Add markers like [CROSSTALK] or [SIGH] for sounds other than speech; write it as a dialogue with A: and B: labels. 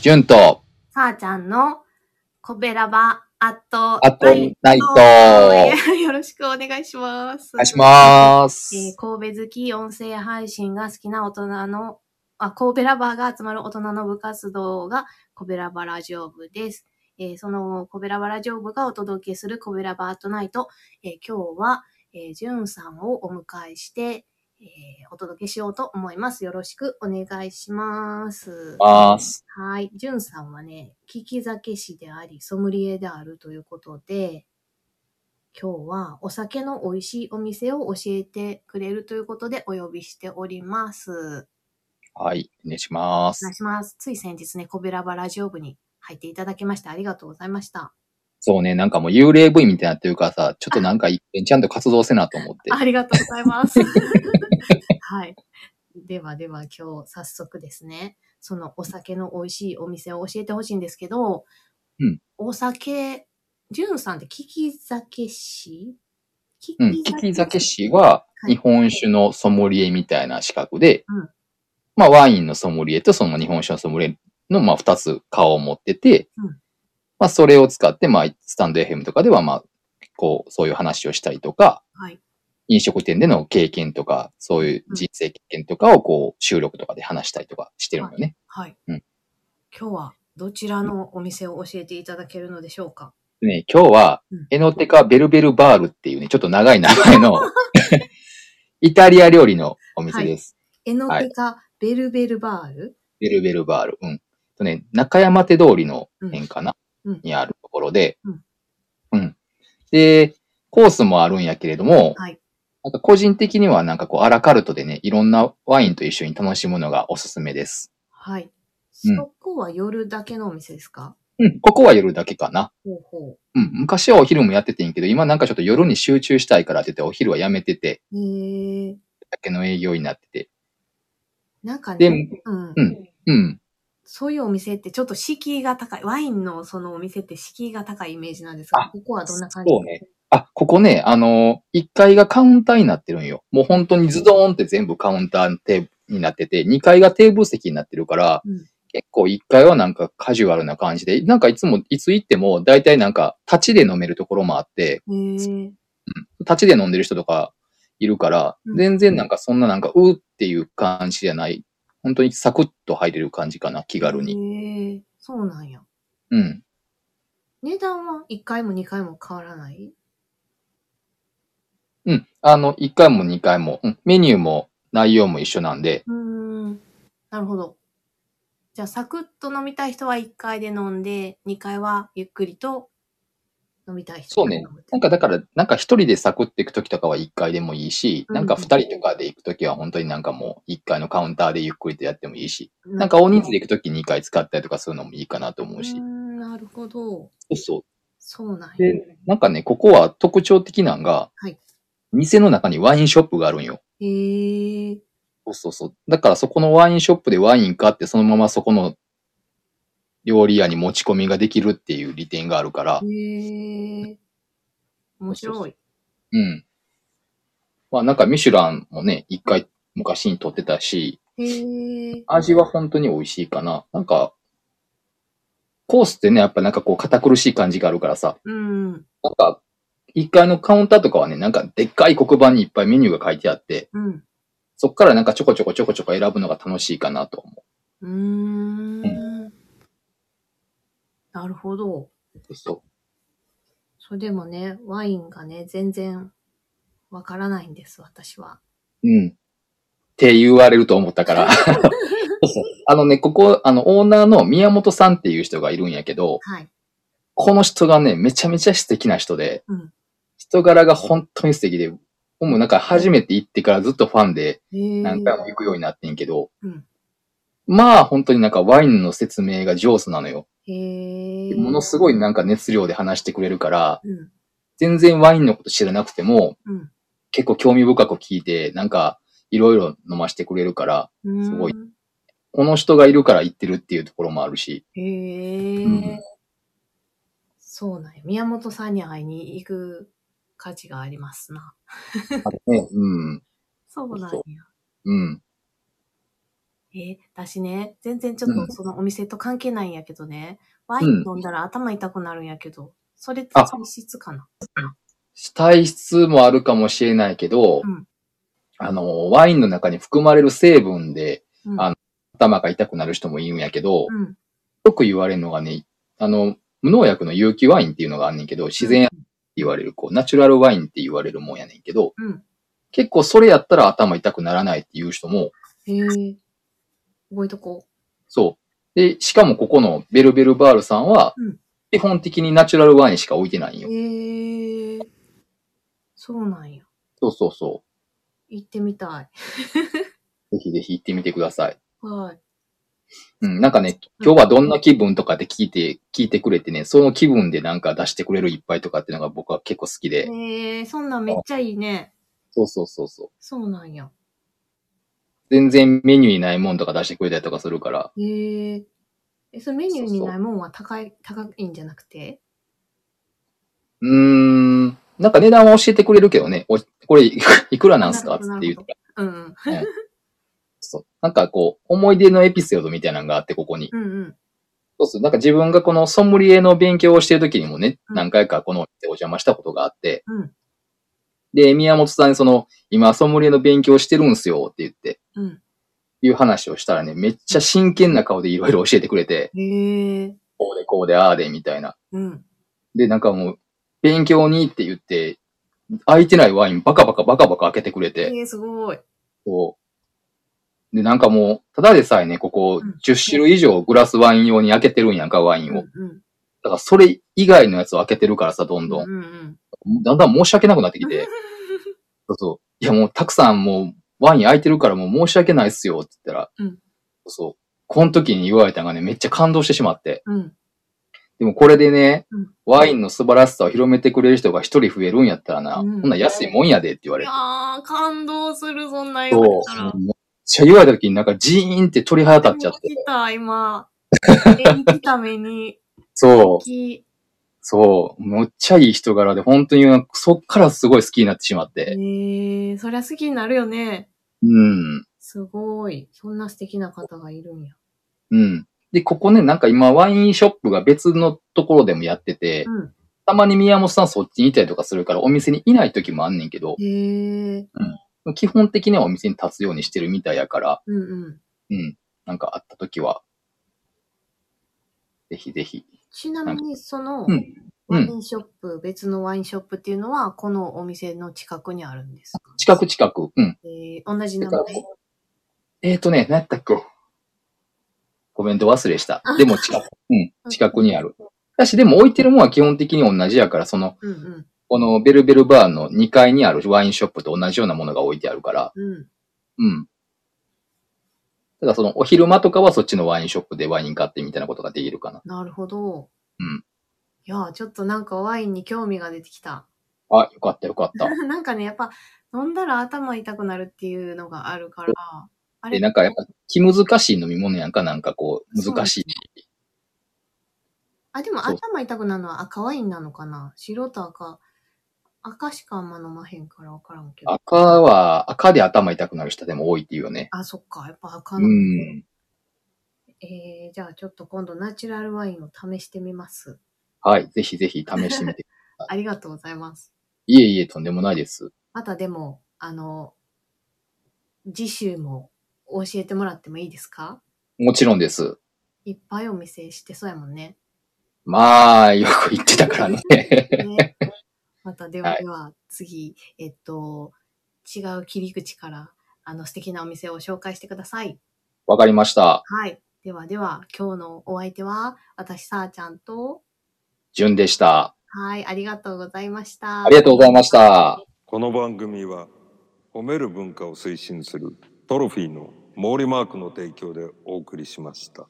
A: じゅんと、
B: さあちゃんのコベラバアット
A: アットナイト
B: ト。よろしくお願いします。
A: お願いしま
B: えー
A: す。
B: 神戸好き音声配信が好きな大人の、あ、神戸ラバーが集まる大人の部活動がコベラバラジオ部です。えーそのコベラバラジオ部がお届けするコベラバートナイト。えー今日は、えー、じゅんさんをお迎えして、えーお届けしようと思います。よろしくお願いします。
A: ます
B: はい。じゅんさんはね、聞き酒師であり、ソムリエであるということで、今日はお酒の美味しいお店を教えてくれるということでお呼びしております。
A: はい、お願いしま
B: お願い
A: す。
B: します。つい先日ね、コベラバラジオ部に入っていただきましてありがとうございました。
A: そうね、なんかもう幽霊部員みたいになってるからさ、ちょっとなんか一遍ちゃんと活動せなと思って。
B: ありがとうござい
A: [LAUGHS]
B: ます。はい。ではでは今日早速ですね、そのお酒の美味しいお店を教えてほしいんですけど、
A: うん
B: お酒、じゅんさんって聞き酒師聞
A: うん、聞き酒師は日本酒のソムリエみたいな資格で、
B: うん
A: まあワインのソムリエとその日本酒のソムリエのまあ二つ顔を持ってて、
B: うん
A: まあそれを使ってまあスタンド FM とかではまあこうそういう話をしたりとか、
B: はい。
A: 飲食店での経験とか、そういう人生経験とかをこう収録とかで話したりとかしてるのよね。
B: はい。
A: うん
B: 今日はどちらのお店を教えていただけるのでしょうか
A: でね、今日は
B: うん、
A: エノテカベルベルバールっていうね、ちょっと長い名前
B: [LAUGHS]
A: のイタリア料理のお店です。
B: エノテカベルベルバール、
A: ベルベルバール。うん。とね、中山手通りの辺かな、
B: うん
A: にあるところで、
B: うん
A: うんで、コースもあるんやけれども、
B: はい
A: なんか個人的にはなんかこうアラカルトでね、いろんなワインと一緒に楽しむのがおすすめです。
B: はい、
A: うん
B: そこは夜だけのお店ですか
A: うん。ここは夜だけかな。
B: ほうほ
A: うん。昔はお昼もやっててんけど、今なんかちょっと夜に集中したいからって言ってお昼はやめてて、
B: う。へえ。
A: だけの営業になってて。
B: なんか
A: で
B: ね、うん
A: うんうん。
B: そういうお店ってちょっと敷居が高い。ワインのそのお店って敷居が高いイメージなんですが、
A: あ
B: ここはどんな感じ
A: そうね。あ、ここね、あのー、1階がカウンターになってるんよ。もう本当にズドーンって全部カウンターテーブルになってて、2階がテーブル席になってるから、
B: うん
A: 結構1階はなんかカジュアルな感じで、なんかいつも、いつ行っても大体なんか立ちで飲めるところもあって、
B: へえ。
A: 立ちで飲んでる人とかいるから、
B: うん
A: 全然なんかそんななんか、うーっていう感じじゃない。本当にサクッと入れる感じかな、気軽に。
B: に。へえ。そうなんや。
A: うん。
B: 値段は1回も2回も変わらない
A: うん。あの、1回も2回も、うん、メニューも内容も一緒なんで、
B: うーん。なるほど。じゃあ、サクッと飲みたい人は1回で飲んで、2回はゆっくりと飲みたい人
A: そうね
B: 飲むって
A: なんかだから、なんか一人でサクっていくときとかは一回でもいいし、
B: うん
A: なんか二人とかで行くときは本当になんかもう一回のカウンターでゆっくりとやってもいいし、なんか大人数で行くとき二回使ったりとかするのもいいかなと思うし
B: うー。んなるほど。
A: そうそ
B: そうなん
A: う。
B: や。
A: で、なんかね、ここは特徴的なんが、
B: はい
A: 店の中にワインショップがあるんよ。
B: へえ。
A: そうそうそう。だからそこのワインショップでワイン買ってそのままそこの料理屋に持ち込みができるっていう利点があるから、
B: へえ。面白い。
A: うん。まあなんかミシュランもね、一回昔に撮ってたし、
B: へえ。
A: 味は本当に美味しいかな。なんか、コースってね、やっぱなんかこう堅苦しい感じがあるからさ、
B: うん。
A: なんか、一階のカウンターとかはね、なんかでっかい黒板にいっぱいメニューが書いてあって、
B: うん。
A: そっからなんかちょこちょこちょこちょこ選ぶのが楽しいかなと思
B: うーん。なるほど。
A: う。そう。
B: それでもね、ワインがね、全然わからないんです、私は。
A: うん。って言われると思った
B: [LAUGHS]
A: から。そうそうあのね、ここ、あの、オーナーの宮本さんっていう人がいるんやけど、
B: はい。
A: この人がね、めちゃめちゃ素敵な人で、
B: うん
A: 人柄が本当に素敵で、もうなんか初めて行ってからずっとファンで
B: へえ。
A: 何回も行くようになってんけど、
B: うん
A: まあ本当になんかワインの説明が上手なのよ。
B: へえ。
A: ものすごいなんか熱量で話してくれるから、
B: うん。
A: 全然ワインのこと知らなくても、
B: うん
A: 結構興味深く聞いて、なんかいろいろ飲ましてくれるから、
B: うーん。
A: すごいこの人がいるから行ってるっていうところもあるし、
B: へえ、
A: うん
B: そうなんや。宮本さんに会いに行く価値がありますな。
A: あれね、うん、
B: そうなんや
A: そ。うん。
B: えー私ね、全然ちょっ
A: う
B: と
A: ん
B: そのお店と関係ないんやけどね、ワイ
A: う
B: ン
A: ん
B: 飲んだら頭痛くなるんやけど、それって
A: あ
B: 体質かな
A: 体質もあるかもしれないけど、
B: うん
A: あの、ワインの中に含まれる成分で
B: うん。
A: あ頭が痛くなる人もいるんやけど、
B: うん。
A: よく言われるのがね、あの、無農薬の有機ワインっていうのがあんねんけど、自然って言われる、こう、ナチュラルワインって言われるもんやねんけど、
B: うん。
A: 結構それやったら頭痛くならないっていう人も、
B: へえ。覚えとこ
A: そう。で、しかもここのベルベルバールさんは
B: うん、
A: 基本的にナチュラルワインしか置いてないん
B: う。
A: よ。
B: へえ。そうなんや。
A: そうそうそ
B: 行ってみたい。
A: う。ぜひぜひ行ってみてください。
B: はい。
A: うん、なんかね、
B: うん
A: 今日はどんな気分とかって聞いて、聞いてくれてね、その気分でなんか出してくれる一杯とかっていうのが僕は結構好きで、
B: へえ、そんなんめっちゃいいね。
A: そうそうそうそう。
B: そうなんや。
A: 全然メニューにないもんとか出してくれたりとかするから、
B: へえ。え、それメニューにないもんは高い、高いんじゃなくて
A: うーん、なんか値段を教えてくれるけどね、おこれい [LAUGHS] くいくらなんすか
B: な
A: っ
B: るほど
A: て言うから
B: うん。
A: そう。なんかこう、思い出のエピソードみたいなのがあって、ここに。
B: うんうん。
A: そうそう。なんか自分がこのソムリエの勉強をしてる時にもね、
B: うん
A: 何回かこのお店お邪魔したことがあって、
B: うん。
A: で、宮本さんにその、今ソムリエの勉強してるんすよって言って、
B: うん。
A: いう話をしたらね、めっちゃ真剣な顔でいろいろ教えてくれて、
B: へえ。
A: こうでこうでああでみたいな。
B: うん。
A: で、なんかもう、勉強にって言って、空いてないワインバカバカバカバカ開けてくれて、
B: へえ、すごい。
A: こう。で、なんかもう、ただでさえね、ここ
B: うん
A: 10種類以上グラスワイン用に開けてるんやんか、ワイ
B: う
A: ン
B: ん
A: を。
B: うん。
A: だからそれ以外のやつを開けてるからさ、どんどん
B: う。んうん。
A: だんだん申し訳なくなってき
B: [LAUGHS]
A: て。そうそう。いやもうたくさんもうワイン空いてるからもう申し訳ないっすよって言ったら。
B: うん
A: そうそう。この時に言われたのがね、めっちゃ感動してしまって。
B: うん。
A: でもこれでね、
B: うん
A: ワインの素晴らしさを広めてくれる人が一人増えるんやったらな、
B: うん
A: こんなん安いもんやでって言わ
B: い
A: れ
B: や
A: て。
B: ー、感動する、そんな言
A: そう。
B: わ
A: め
B: れ
A: った
B: ら。
A: ちゃ言われた時になんかジーンって鳥肌立っちゃって。
B: 来た、
A: [LAUGHS]
B: 今。生きた目に。
A: そう。
B: き
A: そう。むっちゃいい人柄で、本当になんかそっからすごい好きになってしまっ
B: え
A: て。
B: ー、そりゃ好きになるよね。
A: うん。
B: すごい。そんな素敵な方がいるんや。
A: うん。で、ここね、なんか今ワインショップが別のところでもやってて、
B: うん。
A: たまに宮本さんそっちにいたりとかするからお店にいない時もあんねんけど、
B: へー。
A: 基本的にはお店に立つようにしてるみたいやから、
B: うんうん。
A: うん。なんかあった時は、ぜひぜひ。
B: ちなみに、その、
A: うん
B: ワインショップ、別のワインショップっていうのは、このお店の近くにあるんですか
A: 近く近く、うん。
B: えー、同じ
A: だ
B: 名
A: から
B: 前。
A: こえっ、ー、とね、何やったっけコメント忘れした。でも近く、うん。近くにある。だし、でも置いてるもんは基本的に同じやから、その、
B: うんうん。
A: このベルベルバーの2階にあるワインショップと同じようなものが置いてあるから、
B: うん。
A: うん。だからそのお昼間とかはそっちのワインショップでワイン買ってみたいなことができるかな。
B: なるほど。
A: うん。
B: いやー、ちょっとなんかワインに興味が出てきた。
A: あ、よかったよかった。
B: [LAUGHS] なんかね、やっぱ飲んだら頭痛くなるっていうのがあるから、あ
A: で、
B: れ、
A: なんかやっぱ気難しい飲み物やんか、なんかこう、難しい。
B: あ、でも
A: そう
B: 頭痛くなるのは赤ワインなのかな白と赤。赤しかあんま飲まへんからわからんけど。
A: 赤は、赤で頭痛くなる人でも多いっていうよね。
B: あ、そっか。やっぱ赤
A: う
B: の。
A: ん。
B: えー、じゃあちょっと今度ナチュラルワインを試してみます。
A: はい。ぜひぜひ試してみて。
B: ありがとうございます。
A: いえいえ、とんでもないです。
B: またでも、あの、次週も教えてもらってもいいですか
A: もちろんです。
B: いっぱいお見せしてそうやもんね。
A: まあ、よく言ってたからね。 [LAUGHS]
B: ねまたでは
A: はい
B: では次、えっと、違う切り口から、あの素敵なお店を紹介してください。
A: わかりました。
B: はい。ではでは、今日のお相手は、私、さーちゃんと、
A: じゅんでした。
B: はい、ありがとうございました。
A: ありがとうございました。
C: この番組は褒める文化を推進するトロフィーの毛利マークの提供でお送りしました。